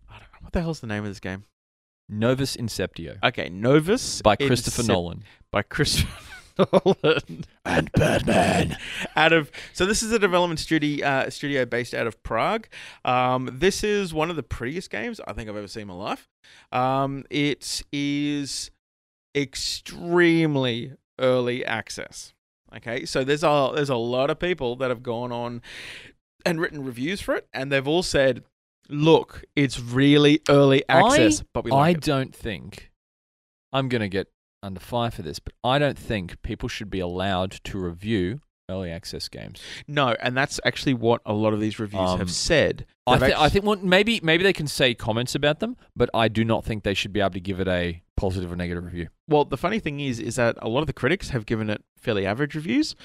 S3: I don't know what the hell's the name of this game.
S4: Novus Inceptio
S3: Okay, Novus
S4: by Christopher
S3: Incep-
S4: Nolan.
S3: By Christopher [laughs] Nolan.
S4: And Batman.
S3: out of so this is a development studio uh, studio based out of Prague. Um, this is one of the prettiest games I think I've ever seen in my life. Um, it is extremely early access. Okay, so there's a there's a lot of people that have gone on and written reviews for it, and they've all said, "Look, it's really early access, but we
S4: I
S3: like it."
S4: don't think I'm going to get under fire for this, but I don't think people should be allowed to review early access games.
S3: No, and that's actually what a lot of these reviews
S4: Um,
S3: have said.
S4: I,
S3: They've
S4: th-
S3: act-
S4: I think well, maybe maybe they can say comments about them, but I do not think they should be able to give it a positive or negative review.
S3: Well, the funny thing is, is that a lot of the critics have given it fairly average reviews.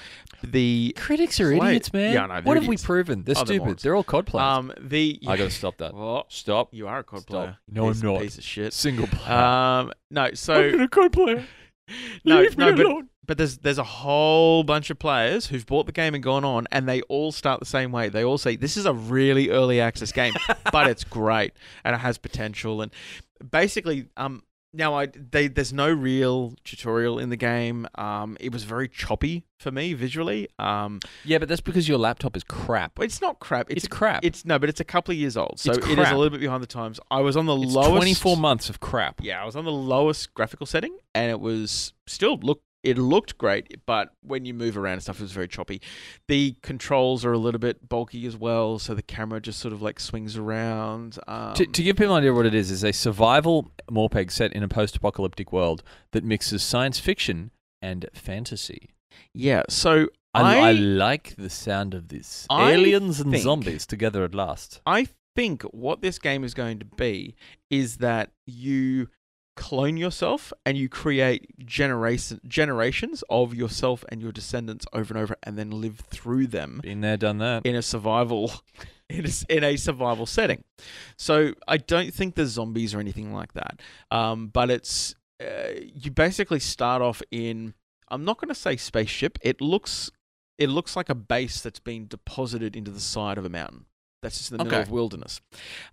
S3: The
S4: Critics are
S3: Play-
S4: idiots, man.
S3: Yeah, I know, they're
S4: what have we
S3: idiots.
S4: proven? They're
S3: Oh, they're
S4: stupid.
S3: morons.
S4: they're all COD players.
S3: um the
S4: I got to
S3: [laughs]
S4: stop that.
S3: Well,
S4: Stop.
S3: you are a cod
S4: Stop.
S3: player. you
S4: No, I'm
S3: piece-
S4: not.
S3: Piece of shit.
S4: Single player.
S3: Um, no. So
S4: a COD player.
S3: [laughs] No, no, but- but there's there's a whole bunch of players who've bought the game and gone on, and they all start the same way. They all say this is a really early access game, but it's great and it has potential. And basically, um, Now, I they there's no real tutorial in the game. Um, it was very choppy for me visually. Um,
S4: Uh, Yeah, but that's because your laptop is crap.
S3: but it's not crap. It's,
S4: It's crap.
S3: It's no, but it's a couple of years old, so
S4: It's
S3: it is
S4: crap.
S3: a little bit behind the times. I was on the
S4: It's
S3: lowest
S4: 24 months of crap.
S3: yeah, I was on the lowest graphical setting, and it was still look. It looked great, but when you move around and stuff, it was very choppy. The controls are a little bit bulky as well, so the camera just sort of like swings around. Um,
S4: to, to give people an idea of what it is, is a survival Morpeg set in a post-apocalyptic world that mixes science fiction and fantasy.
S3: yeah, so
S4: I, I
S3: I-
S4: like the sound of this.
S3: I
S4: Aliens and
S3: think-
S4: zombies together at last.
S3: I think what this game is going to be is that you clone yourself and you create generation generations of yourself and your descendants over and over, and then live through them
S4: Been there, done that.
S3: in a survival [laughs] in a, s- in a survival setting. So I don't think there's zombies or anything like that. Um, but it's uh, you basically start off in I'm not going to say spaceship. It looks it looks like a base that's been deposited into the side of a mountain. That's just in the middle
S4: Okay.
S3: of wilderness.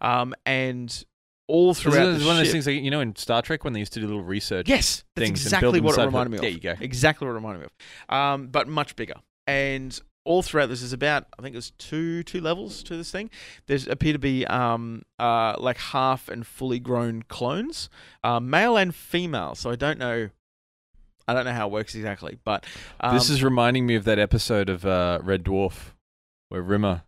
S3: Um, and all
S4: It's one
S3: throughout
S4: of
S3: the
S4: those
S3: ship-
S4: things, like, you know, in Star Trek when they used to do little research.
S3: Yes, that's
S4: things and build
S3: exactly
S4: them
S3: what it
S4: side-
S3: reminded me
S4: There
S3: of.
S4: you go.
S3: Exactly what it reminded me of. Um, but much bigger. And all throughout this is about I think there's two two levels to this thing. There's appear to be um uh like half and fully grown clones, uh, male and female. So I don't know, I don't know how it works exactly. But um,
S4: this is reminding me of that episode of uh, Red Dwarf where Rimmer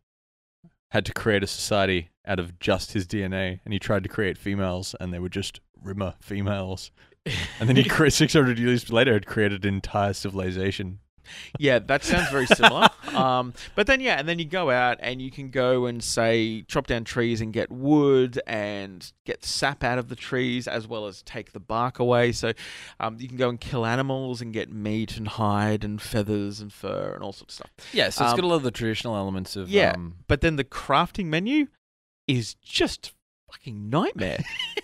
S4: had to create a society out of just his DNA, and he tried to create females, and they were just Rimmer females. And [laughs] then he, cre- 600 years later, had created an entire civilization.
S3: yeah, that sounds very
S4: [laughs]
S3: similar. um, but then yeah, and then you go out and you can go and say chop down trees and get wood and get sap out of the trees as well as take the bark away. So um, you can go and kill animals and get meat and hide and feathers and fur and all sorts of stuff.
S4: Yeah, so it's
S3: Um,
S4: got a lot of the traditional elements of.
S3: yeah.
S4: Um,
S3: But then the crafting menu is just fucking
S4: [laughs]
S3: nightmare.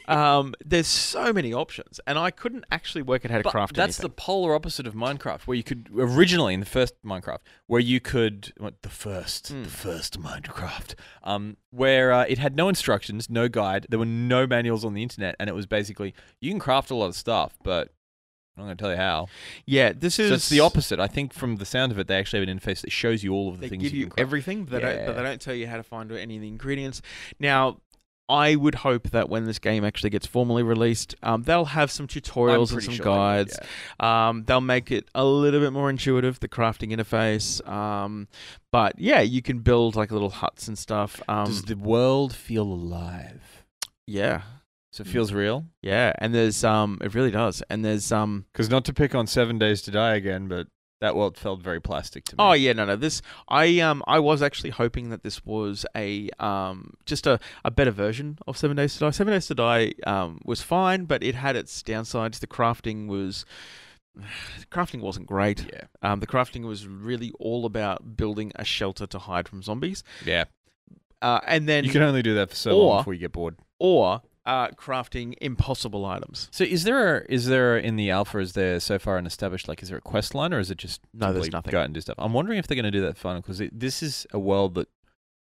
S3: um, there's so many options, and I couldn't actually work out how to
S4: But
S3: craft.
S4: that's
S3: anything.
S4: the polar opposite of Minecraft, where you could originally in the first Minecraft, where you could what, the first,
S3: Mm.
S4: the first Minecraft, um, where uh, it had no instructions, no guide, there were no manuals on the internet, and it was basically you can craft a lot of stuff, but I'm not going to tell you how.
S3: yeah. This is
S4: So it's the opposite. I think from the sound of it, they actually have an interface that shows you all of the
S3: They
S4: things
S3: give
S4: you
S3: you,
S4: can craft.
S3: everything, but, they don't, but
S4: Yeah.
S3: they don't tell you how to find any of the ingredients. Now, I would hope that when this game actually gets formally released, um, they'll have some
S4: I'm
S3: tutorials and
S4: pretty
S3: some
S4: sure they would,
S3: guides.
S4: yeah.
S3: Um, they'll make it a little bit more intuitive, the crafting interface. Um, but yeah, you can build like little huts and stuff. Um,
S4: Does the world feel alive?
S3: yeah,
S4: So it
S3: Mm.
S4: feels real.
S3: yeah, and there's um, it really does, and there's um,
S4: Because not to pick on Seven Days to Die again, but that world felt very plastic to me.
S3: Oh yeah, no, no. This I um I was actually hoping that this was a um just a, a better version of Seven Days to Die. Seven Days to Die um was fine, but it had its downsides. The crafting was [sighs] the crafting wasn't great.
S4: yeah,
S3: Um, the crafting was really all about building a shelter to hide from zombies.
S4: yeah.
S3: Uh, and then
S4: you can only do that for so
S3: or-
S4: long before you get bored.
S3: or uh, crafting impossible items.
S4: So is there a, is there a, in the alpha is there so far an established like is there a quest line or is it just
S3: No, there's
S4: simply
S3: nothing.
S4: go out and do stuff? I'm wondering if they're going to do that final because this is a world that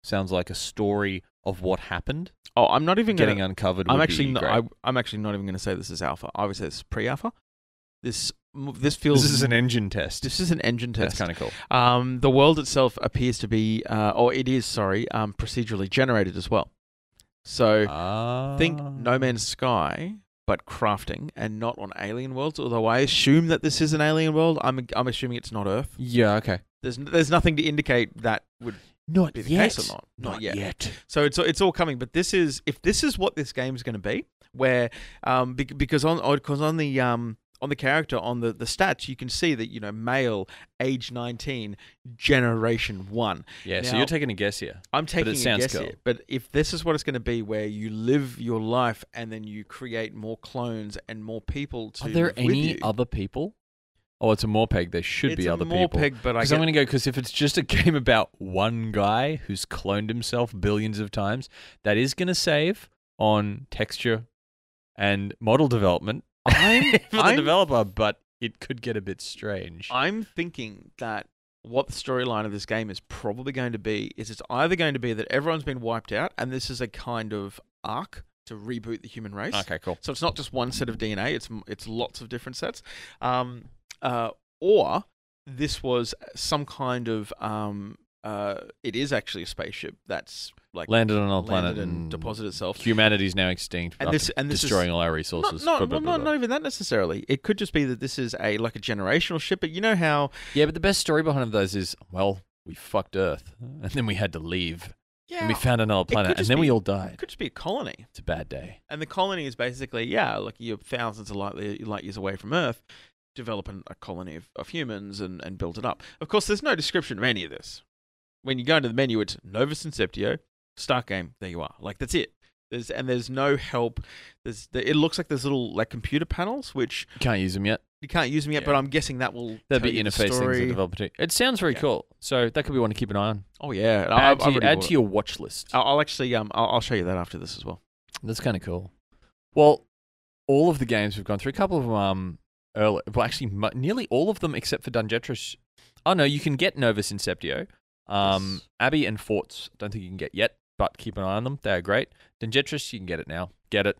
S4: sounds like a story of what happened
S3: Oh, I'm not even gonna-
S4: getting uncovered.
S3: I'm
S4: would
S3: actually
S4: be
S3: not,
S4: great.
S3: I, I'm actually not even going to say this is alpha. I would say this is pre-alpha. This this feels
S4: this is an engine test.
S3: this is an engine test.
S4: That's kind of cool.
S3: Um, the world itself appears to be, uh, or it is, sorry, um, procedurally generated as well. So
S4: Ah.
S3: think No Man's Sky, but crafting and not on alien worlds. Although I assume that this is an alien world. I'm I'm assuming it's not Earth.
S4: Yeah. Okay.
S3: There's there's nothing to indicate that would
S4: Not
S3: be the
S4: yet.
S3: case or not. Not,
S4: Not
S3: yet.
S4: yet.
S3: So it's it's all coming. But this is if this is what this game's going to be, where um bec- because on because on the um on the character on the the stats you can see that you know male age 19 generation 1
S4: Yeah. so
S3: Now-
S4: you're taking a guess here.
S3: I'm taking a
S4: sounds
S3: guess
S4: cool.
S3: here, but if this is what it's going to be, where you live your life and then you create more clones and more people to
S4: Are there
S3: live with
S4: any
S3: you.
S4: other people? Oh, it's a Morpeg. There should
S3: it's
S4: be
S3: a
S4: other
S3: more
S4: people.
S3: Peg, but I
S4: Because
S3: get,
S4: I'm going to go. Because if it's just a [laughs] game about one guy who's cloned himself billions of times, that is going to save on texture and model development
S3: I'm,
S4: [laughs] for the
S3: I'm-
S4: developer, but it could get a bit strange.
S3: I'm thinking that what the storyline of this game is probably going to be is it's either going to be that everyone's been wiped out and this is a kind of arc to reboot the human race.
S4: Okay, cool.
S3: So it's not just one set of DNA; it's it's lots of different sets. Um, uh, or this was some kind of um, uh, it is actually a spaceship that's like
S4: Landed on another
S3: landed
S4: planet
S3: and deposited itself.
S4: Humanity's now extinct.
S3: And
S4: after
S3: this- and this is-
S4: destroying all our
S3: Not,
S4: resources.
S3: not,
S4: Blah,
S3: well,
S4: blah,
S3: not,
S4: blah,
S3: not even that necessarily. It could just be that this is a like a generational ship. But you know how
S4: blah. Yeah, but the best story behind those is well, we fucked Earth, and then we had to leave, and we found another
S3: could
S4: planet, and
S3: just
S4: then we
S3: be-
S4: all
S3: it
S4: died.
S3: could just be a colony.
S4: It's a bad day.
S3: And the colony is basically, yeah, like you're thousands of light, light years away from Earth, developing a colony of, of humans and, and build it up. Of course, there's no description of any of this. When you go into the menu, it's Novus Inceptio, start game, there you are. Like, that's it. There's, and there's no help. There's, it looks like there's little like computer panels, which
S4: You can't use them yet.
S3: you can't use them yet,
S4: Yeah.
S3: but I'm guessing that will
S4: That'd
S3: tell
S4: be
S3: you the
S4: interface things that
S3: story.
S4: developer do. It sounds very
S3: Yeah.
S4: cool. So that could be one to keep an eye on.
S3: Oh yeah, And
S4: add
S3: I've- I've
S4: to,
S3: already
S4: add
S3: bought
S4: to
S3: it.
S4: your watch list.
S3: I'll I'll actually um I'll, I'll show you that after this as well.
S4: That's kind of cool. Well, all of the games we've gone through, a couple of them um, early, well, actually, mu- nearly all of them except for Dungetrus. Oh, no, you can get Novus Inceptio. Um,
S3: Yes.
S4: Abbey and Forts, don't think you can get yet, but keep an eye on them. They are great. Dungetrus, you can get it now. Get it.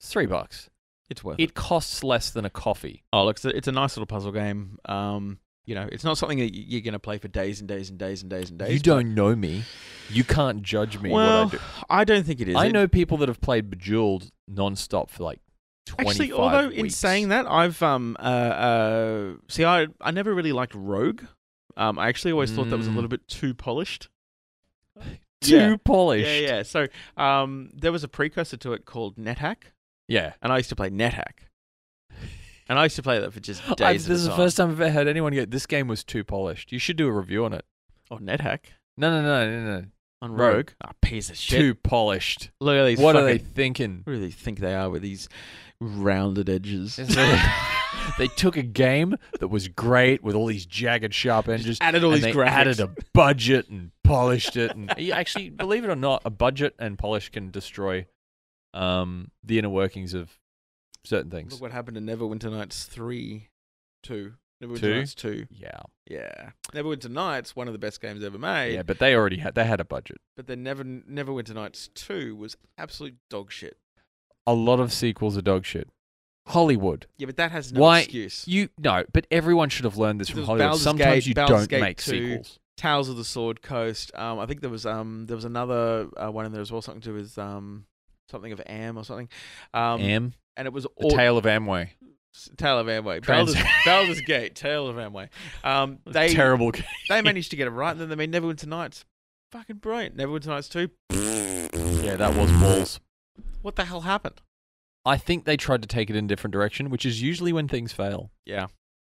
S4: It's three bucks.
S3: It's worth
S4: It costs less than a coffee.
S3: Oh, look, it's a, it's a nice little puzzle game. Um, you know, it's not something that y- you're going to play for days and days and days and days and days.
S4: You don't know me. You can't judge me
S3: well,
S4: what I do.
S3: don't think it is.
S4: I
S3: It-
S4: know people that have played Bejeweled nonstop for like 25
S3: Actually, although in
S4: weeks.
S3: saying that, I've um uh, uh see, I I never really liked Rogue. Um, I actually always thought that was a
S4: Mm.
S3: little bit too polished.
S4: too
S3: Yeah.
S4: polished.
S3: Yeah, yeah. So, um, there was a precursor to it called NetHack,
S4: Yeah.
S3: and I used to play NetHack, and I used to play that for
S4: [laughs]
S3: just days.
S4: I've-
S3: at
S4: this is
S3: a
S4: the
S3: time.
S4: first time I've ever heard anyone go, this game was too polished. You should do a review on it.
S3: Oh, NetHack
S4: No, no, no, no, no.
S3: on
S4: Rogue.
S3: Rogue. Ah, piece of shit.
S4: Too polished.
S3: Look at these
S4: what are
S3: fucking-
S4: they thinking?
S3: Who do they think they are with these rounded edges? [laughs]
S4: It's really- they took a game that was great with all these jagged, sharp edges,
S3: added all
S4: and
S3: these
S4: they
S3: graphics.
S4: added a budget and polished it. And you actually, believe it or not, a budget and polish can destroy um, the inner workings of certain
S3: Look
S4: things.
S3: what happened to Neverwinter Nights three, two. Neverwinter
S4: Two?
S3: Nights two.
S4: Yeah,
S3: Yeah, Neverwinter Nights, one of the best games ever made.
S4: yeah, but they already had they had a budget.
S3: But then Never Neverwinter Nights two was absolute dog shit.
S4: A lot of sequels are dog shit. Hollywood.
S3: Yeah, but that has no
S4: Why-
S3: excuse.
S4: You no, but everyone should have learned this from
S3: There's
S4: Hollywood.
S3: Baldur's
S4: Sometimes
S3: Gate,
S4: you
S3: Baldur's
S4: don't
S3: Gate
S4: make
S3: 2.
S4: sequels.
S3: Tales of the Sword Coast. Um, I think there was um there was another uh, one in there as well, something to do with um something of Am or something. Um,
S4: Am
S3: and it was
S4: the
S3: all
S4: Tale of Amway.
S3: Tale of Amway,
S4: Trans- [laughs]
S3: Baldur's, Baldur's Gate, Tale of Amway. Um, they [laughs]
S4: Terrible game.
S3: They managed to get it right, and then they made Neverwinter Nights. Fucking brilliant. Neverwinter Nights 2.
S4: Yeah, that was balls.
S3: What the hell happened?
S4: I think they tried to take it in a different direction, which is usually when things fail.
S3: Yeah.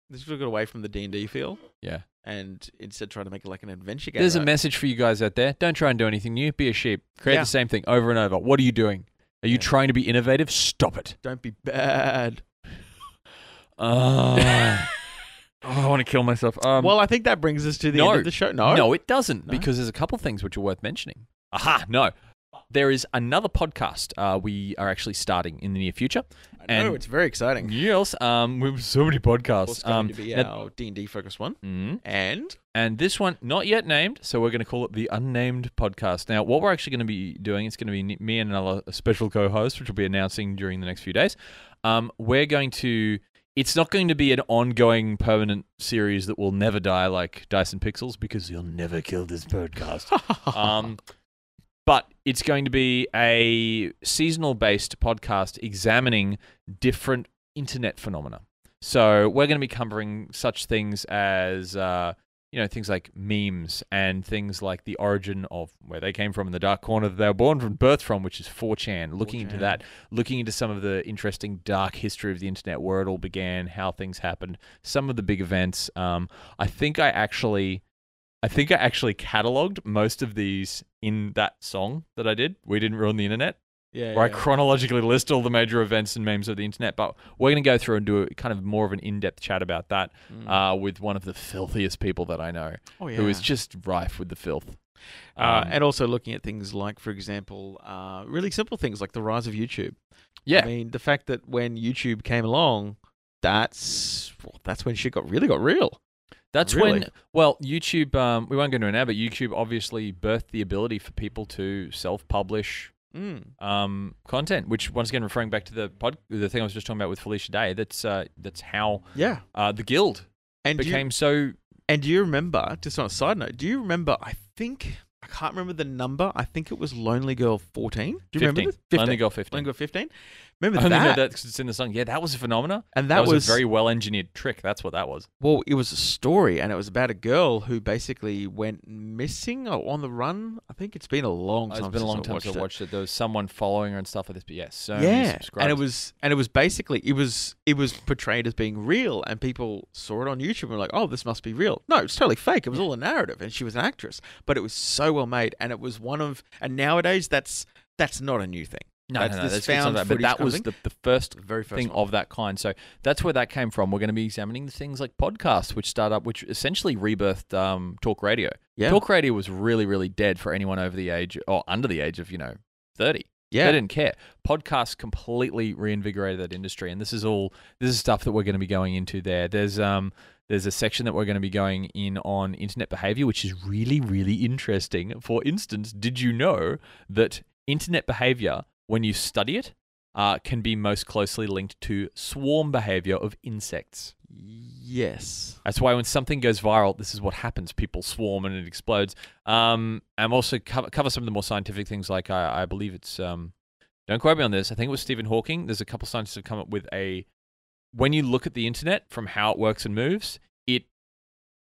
S3: They sort of got away from the D&D feel
S4: Yeah.
S3: and instead tried to make it like an adventure game.
S4: There's a
S3: right?
S4: message for you guys out there. Don't try and do anything new. Be a sheep. Create
S3: Yeah.
S4: the same thing over and over. What are you doing? Are you
S3: Yeah.
S4: trying to be innovative?
S3: [laughs]
S4: Stop it.
S3: Don't be bad.
S4: Ah. oh, I want to kill myself. Um,
S3: well, I think that brings us to the
S4: no.
S3: end of the show. No.
S4: No, it doesn't,
S3: No?
S4: because there's a couple things which are worth mentioning. Aha, no. There is another podcast uh, we are actually starting in the near future.
S3: I know,
S4: and-
S3: it's very exciting.
S4: Yes, um, we have so many
S3: It's
S4: podcasts.
S3: going
S4: Um,
S3: to be
S4: now-
S3: our D&D focused one.
S4: Mm.
S3: And
S4: and this one not yet named, so we're going to call it the Unnamed Podcast. Now, what we're actually going to be doing, it's going to be ne- me and another special co-host, which we'll be announcing during the next few days. Um, we're going to. It's not going to be an ongoing, permanent series that will never die, like Dyson Pixels, because you'll never kill this podcast um, but it's going to be a seasonal based podcast examining different internet phenomena. So we're going to be covering such things as, uh, you know, things like memes and things like the origin of where they came from and the dark corner that they were born from, birth from, which is 4chan. Looking into
S3: 4chan.
S4: that, looking into some of the interesting dark history of the internet, where it all began, how things happened, some of the big events. Um, I think I actually. I think I actually cataloged most of these in that song that I did. We didn't ruin the internet,
S3: yeah,
S4: where I
S3: yeah.
S4: chronologically list all the major events and memes of the internet. But we're going to go through and do a, kind of more of an in-depth chat about that
S3: Mm.
S4: uh, with one of the filthiest people that I know,
S3: oh, yeah.
S4: who is just rife with the filth.
S3: uh,
S4: Um,
S3: and also looking at things like, for example, uh, really simple things like the rise of YouTube.
S4: yeah,
S3: I mean, the fact that when YouTube came along, that's that's when shit got really got real.
S4: That's
S3: Really?
S4: when, well, YouTube, um, we won't go into it now, but YouTube obviously birthed the ability for people to self publish
S3: Mm.
S4: um, content. Which once again, referring back to the pod, the thing I was just talking about with Felicia Day, that's uh, that's how
S3: Yeah.
S4: uh, the guild
S3: And do you,
S4: became so.
S3: and do you remember? Just on a side note, do you remember? I think I can't remember the number. I think it was Lonely Girl fourteen. Do you
S4: 15.
S3: remember? this?
S4: Only got fifteen.
S3: Lonely Girl fifteen. Remember
S4: I [laughs] only know
S3: that?
S4: that 'cause it's in the song. Yeah, that was a phenomena.
S3: And
S4: That, was,
S3: was
S4: a very well engineered trick. That's what that was.
S3: Well, it was a story, and it was about a girl who basically went missing or on the run. I think Oh, it's been a long time.
S4: it's been a long
S3: since I
S4: time since
S3: watched
S4: I
S3: it.
S4: watched it. There was someone following her and stuff like this. But yeah, so many
S3: yeah,
S4: subscribers.
S3: and it was and it was basically it was it was portrayed as being real, and people saw it on YouTube and were like, "Oh, this must be real." No, it's totally fake. It was all a narrative, and she was an actress, but it was so well made, and it was one of and nowadays that's that's not a new thing.
S4: no,
S3: that's
S4: no, no,
S3: this
S4: that's- it's not
S3: found
S4: that, but
S3: footage
S4: that was
S3: kind
S4: the, the first
S3: The very first
S4: thing
S3: thing.
S4: of that kind. So that's where that came from. We're going to be examining the things like podcasts, which start up, which essentially rebirthed um, talk radio.
S3: Yeah,
S4: Talk radio was really, really dead for anyone over the age or under the age of you know thirty.
S3: yeah,
S4: They didn't care. Podcasts completely reinvigorated that industry, and this is all this is stuff that we're going to be going into there. There's um there's a section that we're going to be going in on internet behavior, which is really really interesting. For instance, did you know that internet behavior, when you study it, uh, can be most closely linked to swarm behavior of insects?
S3: yes.
S4: That's why when something goes viral, this is what happens. People swarm and it explodes. Um, and also cover, cover some of the more scientific things, like I, I believe it's, um, don't quote me on this, I think it was Stephen Hawking. There's a couple scientists have come up with a, when you look at the internet from how it works and moves, it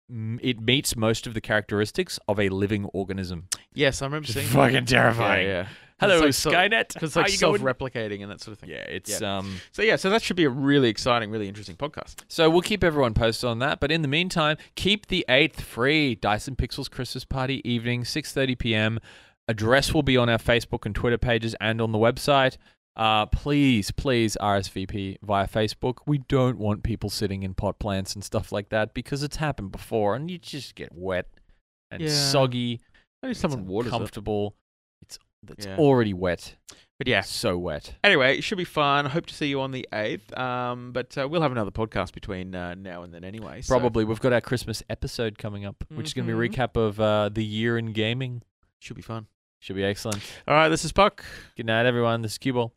S4: m- it meets most of the characteristics of a living organism.
S3: Yes, I remember seeing. that.
S4: Fucking terrifying.
S3: Yeah, yeah.
S4: Hello,
S3: It's like so-
S4: Skynet.
S3: [laughs] 'Cause it's
S4: How
S3: like
S4: you going?
S3: self-replicating and that sort of thing.
S4: Yeah, it's um.
S3: So yeah, so that should be a really exciting, really interesting podcast.
S4: So we'll keep everyone posted on that. But in the meantime, keep the 8th free. Dyson Pixels Christmas Party evening, 6.30 p.m. Address will be on our Facebook and Twitter pages and on the website. Uh, please, please RSVP via Facebook. We don't want people sitting in pot plants and stuff like that because it's happened before and you just get wet and
S3: Yeah.
S4: soggy.
S3: Maybe someone
S4: it's
S3: waters it.
S4: uncomfortable. It's, it's
S3: Yeah.
S4: already wet.
S3: But yeah.
S4: So wet.
S3: Anyway, it should be fun. Hope to see you on the eighth. Um, but uh, we'll have another podcast between uh, now and then, anyway. so-
S4: Probably. We've got our Christmas episode coming up, which is going to be a
S3: Mhm.
S4: recap of uh, the year in gaming.
S3: should be fun.
S4: Should be excellent.
S3: All right, this is Puck.
S4: Good night, everyone. This is Cubal.